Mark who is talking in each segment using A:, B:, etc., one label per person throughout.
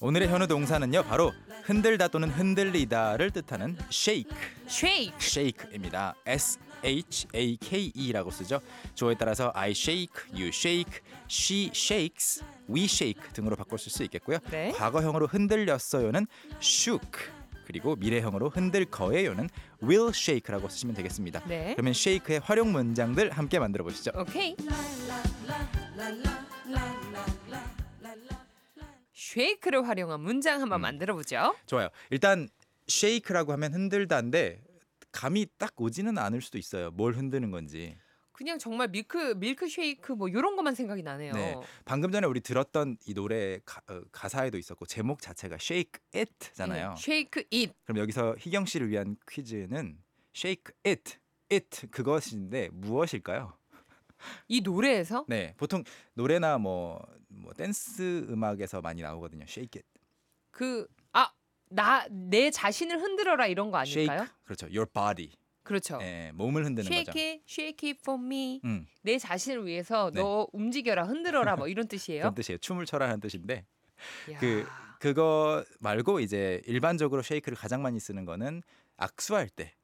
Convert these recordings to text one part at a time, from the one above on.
A: 오늘의 현우 동사는요 바로 흔들다 또는 흔들리다를 뜻하는 shake
B: shake
A: shake입니다. S H A K E라고 쓰죠. 주어에 따라서 I shake, you shake, she shakes, we shake 등으로 바꿀 수 있겠고요.
B: 네.
A: 과거형으로 흔들렸어요는 shook 그리고 미래형으로 흔들 거예요는 will shake라고 쓰시면 되겠습니다.
B: 네.
A: 그러면 shake의 활용 문장들 함께 만들어 보시죠.
B: 오케이 shake를 활용한 문장
A: 음.
B: 한번 만들어 보죠
A: 좋아요. 일단 shake라고 하면 흔들다인데 감이 딱 오지는 않을 수도 있어요. 뭘 흔드는 건지.
B: 그냥 정말 밀크 밀크 쉐이크 뭐 요런 것만 생각이 나네요
A: 네. 방금 전에 우리 들었던 이 노래 가, 사에도 있었고 제목 자체가 Shake It잖아요.
B: shake it
A: 그럼 여기서 희경 씨를 위한 퀴즈는 Shake It, It 그것인데 무엇일까요?
B: 이 노래에서
A: 네, 보통 노래나 뭐, 뭐 댄스 음악에서 많이 나오거든요. Shake It,
B: 그 아 나 내 자신을 흔들어라 이런 거 아닐까요?
A: Shake 그렇죠. Your Body,
B: 그렇죠.
A: 네, 몸을 흔드는
B: shake
A: 거죠.
B: it, shake it for me.
A: 음,
B: 내 자신을 위해서
A: 네.
B: 너 움직여라, 흔들어라 뭐 이런
A: 그런
B: 뜻이에요.
A: 뜻이에요. 춤을 춰라는 뜻인데
B: 야,
A: 그- 그거 말고 이제 일반적으로 Shake를 가장 많이 쓰는 거는 악수할 때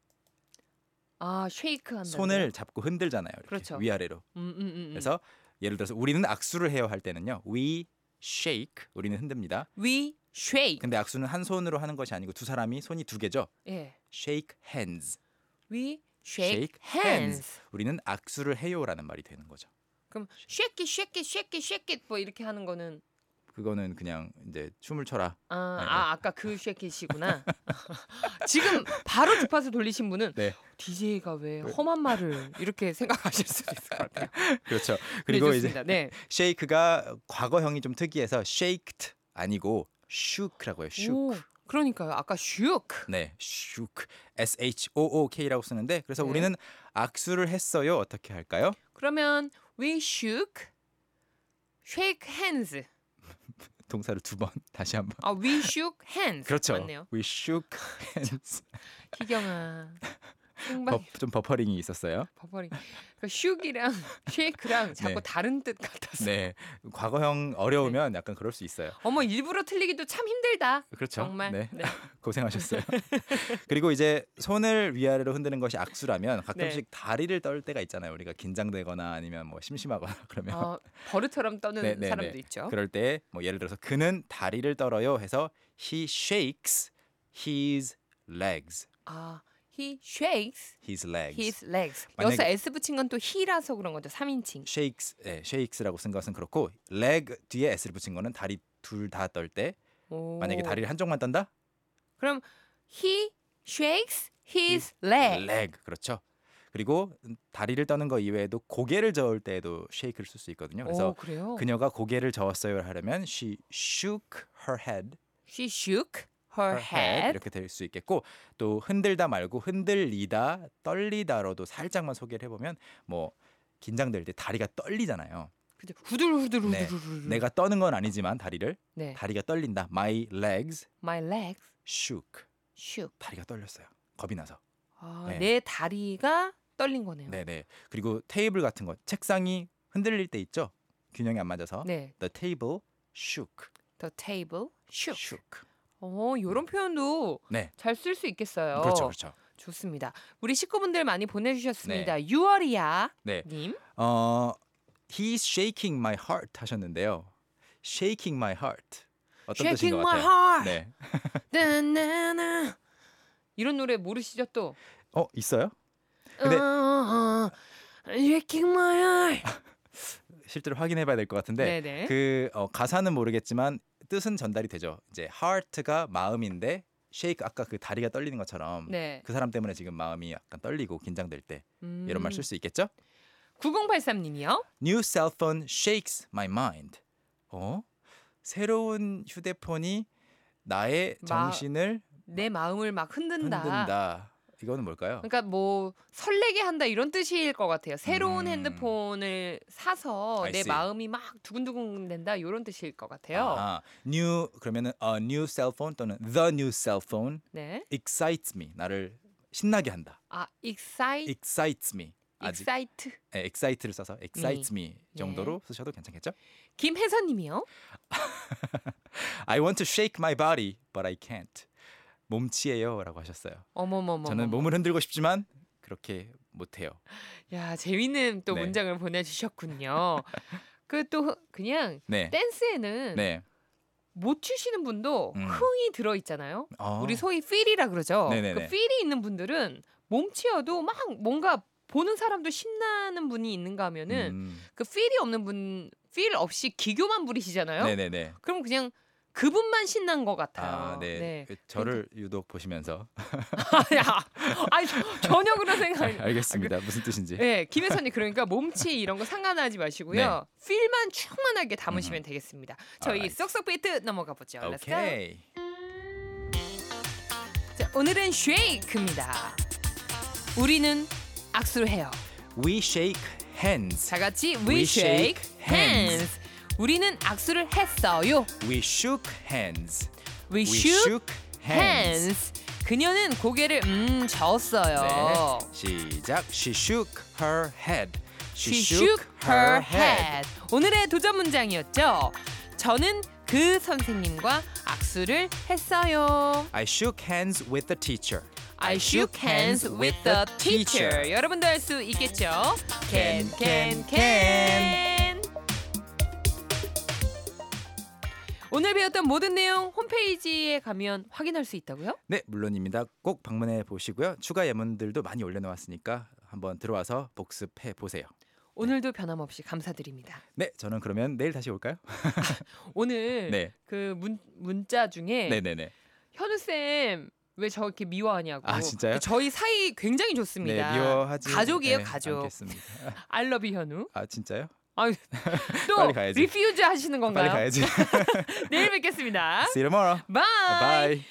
B: 아, 쉐이크 한다.
A: 손을 잡고 흔들잖아요. 이렇게
B: 그렇죠.
A: 위아래로.
B: 음, 음, 음. 그래서
A: 그래서 예를 들어서 우리는 악수를 해요 할 때는요. We shake. 우리는 흔듭니다.
B: we shake.
A: 근데 악수는 한 손으로 하는 것이 아니고 두 사람이 손이 두 개죠.
B: 예.
A: shake hands.
B: we shake,
A: Shake
B: hands.
A: 우리는 악수를 해요라는 말이 되는 거죠.
B: 그럼 shake it, shake it, shake it, shake it 뭐 이렇게 하는 거는
A: 그거는 그냥 이제 춤을 춰라.
B: 아,
A: 네,
B: 아 아까 그 쉐킷이구나. 지금 바로 주파수 돌리신 분은
A: 네.
B: DJ가 왜 험한 말을 이렇게 생각하실 수도 있을 것 같아요.
A: 그렇죠. 그리고
B: 네,
A: 이제
B: 좋습니다. 네.
A: shake가 과거형이 좀 특이해서 shaked 아니고 shook라고 해요. shook.
B: 오, 그러니까요. 아까 슈크.
A: 네, shook. S H O O K라고 쓰는데 그래서
B: 네.
A: 우리는 악수를 했어요. 어떻게 할까요?
B: 그러면 we shook shake hands.
A: 동사를 두 번 다시 한번.
B: 아, we shook hands.
A: 그렇죠.
B: 맞네요.
A: We shook hands.
B: 희경아.
A: 버,
B: 생방
A: 좀 버퍼링이 있었어요.
B: 버버리. 그 shook이랑 shake랑 자꾸
A: 네.
B: 다른 뜻 같았어. 요
A: 네, 과거형 어려우면 약간 그럴 수 있어요.
B: 어머, 일부러 틀리기도 참 힘들다.
A: 그렇죠.
B: 정말.
A: 네,
B: 네.
A: 고생하셨어요. 그리고 이제 손을 위아래로 흔드는 것이 악수라면 가끔씩 다리를 떨 때가 있잖아요. 우리가 긴장되거나 아니면 뭐 심심하거나 그러면
B: 어, 버릇처럼 떠는
A: 네, 네,
B: 사람도
A: 네.
B: 있죠.
A: 그럴 때 뭐 예를 들어서 그는 다리를 떨어요 해서 he shakes his legs.
B: 아, he shakes
A: his legs.
B: his legs.
A: 만약에-
B: 여기서 s 붙인 건 또 he라서 그런 거죠. 3인칭.
A: shakes, 네, shakes라고 쓴 것은 그렇고 leg 뒤에 s를 붙인 거는 다리 둘 다 떨 때 만약에 다리를 한쪽만 떤다
B: 그럼 he shakes his leg.
A: leg 그렇죠. 그리고 다리를 떠는 거 이외에도 고개를 저을 때에도 shake를 쓸 수 있거든요. 그래서
B: 오, 그래요?
A: 그녀가 고개를 저었어요 하려면 she shook her head,
B: She shook her, head.
A: 이렇게 될 수 있겠고 또 흔들다 말고 흔들리다, 떨리다로도 살짝만 소개를 해보면 뭐 긴장될 때 다리가 떨리잖아요.
B: 근데 후들후들
A: 네.
B: 후들후들.
A: 내가 떠는 건 아니지만 다리를
B: 음. 네.
A: 다리가 떨린다. My legs
B: My legs
A: shook.
B: shook.
A: 다리가 떨렸어요. 겁이 나서.
B: 아,
A: 네.
B: 내 다리가 떨린 거네요.
A: 네네. 그리고 테이블 같은 거 책상이 흔들릴 때 있죠. 균형이 안 맞아서
B: 네.
A: the table shook.
B: The table shook.
A: shook.
B: 어, 요런 표현도
A: 네.
B: 잘 쓸 수 있겠어요.
A: 그렇죠, 그렇죠.
B: 좋습니다. 우리 식구분들 많이 보내주셨습니다. 6월이야
A: 네.
B: 님.
A: 어, he's shaking my heart 하셨는데요. shaking my heart 어떤 뜻인
B: Shaking
A: 것
B: my
A: 같아요?
B: heart.
A: 네.
B: 나나나. 이런 노래 모르시죠 또?
A: 어 있어요? 근데-
B: 어, 어, Shaking my heart.
A: 실제로 확인해봐야 될 것 같은데
B: 네네.
A: 그 어, 가사는 모르겠지만 뜻은 전달이 되죠. 이제 heart가 마음인데 shake 아까 그 다리가 떨리는 것처럼
B: 네.
A: 그 사람 때문에 지금 마음이 약간 떨리고 긴장될 때
B: 음.
A: 이런 말 쓸 수 있겠죠?
B: 9083님이요.
A: New cell phone shakes my mind. 어? 새로운 휴대폰이 나의
B: 마-
A: 정신을
B: 내 마음을 막 흔든다.
A: 흔든다. 이거는 뭘까요?
B: 그러니까 뭐 설레게 한다 이런 뜻일 것 같아요. 새로운
A: 음.
B: 핸드폰을 사서
A: I
B: 내
A: see.
B: 마음이 막 두근두근 된다 이런 뜻일 것 같아요.
A: 아, new 그러면은 a new cell phone 또는 the new cell phone
B: 네.
A: excites me. 나를 신나게 한다.
B: 아, excite
A: excites me. 아직
B: 익사이트.
A: 에, excite를 써서 excites
B: 네.
A: me 정도로 쓰셔도 괜찮겠죠?
B: 김혜선님이요.
A: I want to shake my body, but I can't. 몸치예요라고 하셨어요.
B: 어머머머.
A: 저는 몸을 흔들고 싶지만 그렇게 못해요.
B: 야 재밌는 또
A: 네.
B: 문장을 보내주셨군요. 그 또 그냥
A: 네,
B: 댄스에는
A: 네.
B: 못 추시는 분도
A: 음.
B: 흥이 들어 있잖아요.
A: 어,
B: 우리 소위 필이라 그러죠.
A: 네네네.
B: 그 필이 있는 분들은 몸치여도 막 뭔가 보는 사람도 신나는 분이 있는가 하면은
A: 음,
B: 그 필이 없는 분, 필 없이 기교만 부리시잖아요.
A: 네네네.
B: 그럼 그냥 그분만 신난 것 같아요.
A: 아, 네. 그 저를 유독 보시면서
B: 아니, 아, 아니 저- 전혀 아, 그런 생각이.
A: 알겠습니다. 무슨 뜻인지.
B: 네, 김혜선님 그러니까 몸치 이런 거 상관하지 마시고요. 필만 충만하게 담으시면
A: 네. 음.
B: 되겠습니다. 저희
A: Alright.
B: 쏙쏙 비트 넘어가 보죠. 아, Let's go.
A: 오케이.
B: 자, 오늘은 쉐이크입니다. 우리는 악수를 해요.
A: We shake hands.
B: 다 같이
A: We
B: we shake
A: shake
B: hands. 우리는 악수를 했어요.
A: We shook hands.
B: We
A: We
B: shook
A: shook hands.
B: hands. 그녀는 고개를 음 저었어요.
A: 네. 시작. She shook her head.
B: She shook her head. 오늘의 도전 문장이었죠. 저는 그 선생님과 악수를 했어요.
A: I shook hands with the teacher.
B: I shook hands with the teacher. 여러분도 할 수 있겠죠? Can can can. 오늘 배웠던 모든 내용 홈페이지에 가면 확인할 수 있다고요?
A: 네, 물론입니다. 꼭 방문해 보시고요. 추가 예문들도 많이 올려놓았으니까 한번 들어와서 복습해 보세요.
B: 오늘도 변함없이 감사드립니다.
A: 네, 저는 그러면 내일 다시 올까요?
B: 오늘
A: 네,
B: 그 문, 문자 중에
A: 네, 네, 네.
B: 현우 쌤. 왜 저렇게 미워하냐고. 그
A: 아, 진짜요?
B: 저희 사이 굉장히
A: 네,
B: 좋습니다.
A: 미워하지.
B: 가족이에요,
A: 네,
B: 가족.
A: 않겠습니다.
B: 알러비 현우.
A: 아, 진짜요?
B: 또
A: 빨리 가야지.
B: 리퓨즈 하시는
A: 빨리
B: 건가요?
A: 가야지.
B: 내일 뵙겠습니다.
A: See you tomorrow.
B: 바이.
A: Bye.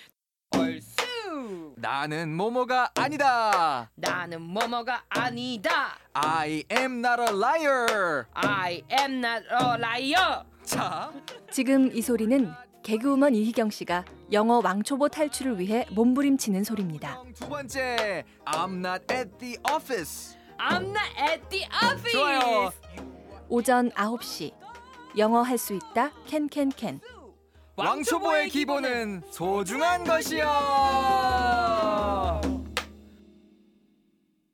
B: 얼쑤
C: 나는 모모가 아니다.
B: 나는 뭐뭐가 아니다
C: I am not a liar.
B: I am not a liar
C: 자,
D: 지금 이 소리는 개그우먼 이희경 씨가 영어 왕초보 탈출을 위해 몸부림치는 소리입니다.
C: 두 번째. I'm not at the office.
B: I'm not at the office
C: 좋아요.
D: 오전 9시 영어 할 수 있다 캔캔캔
C: 왕초보의 기본은 소중한 것이요.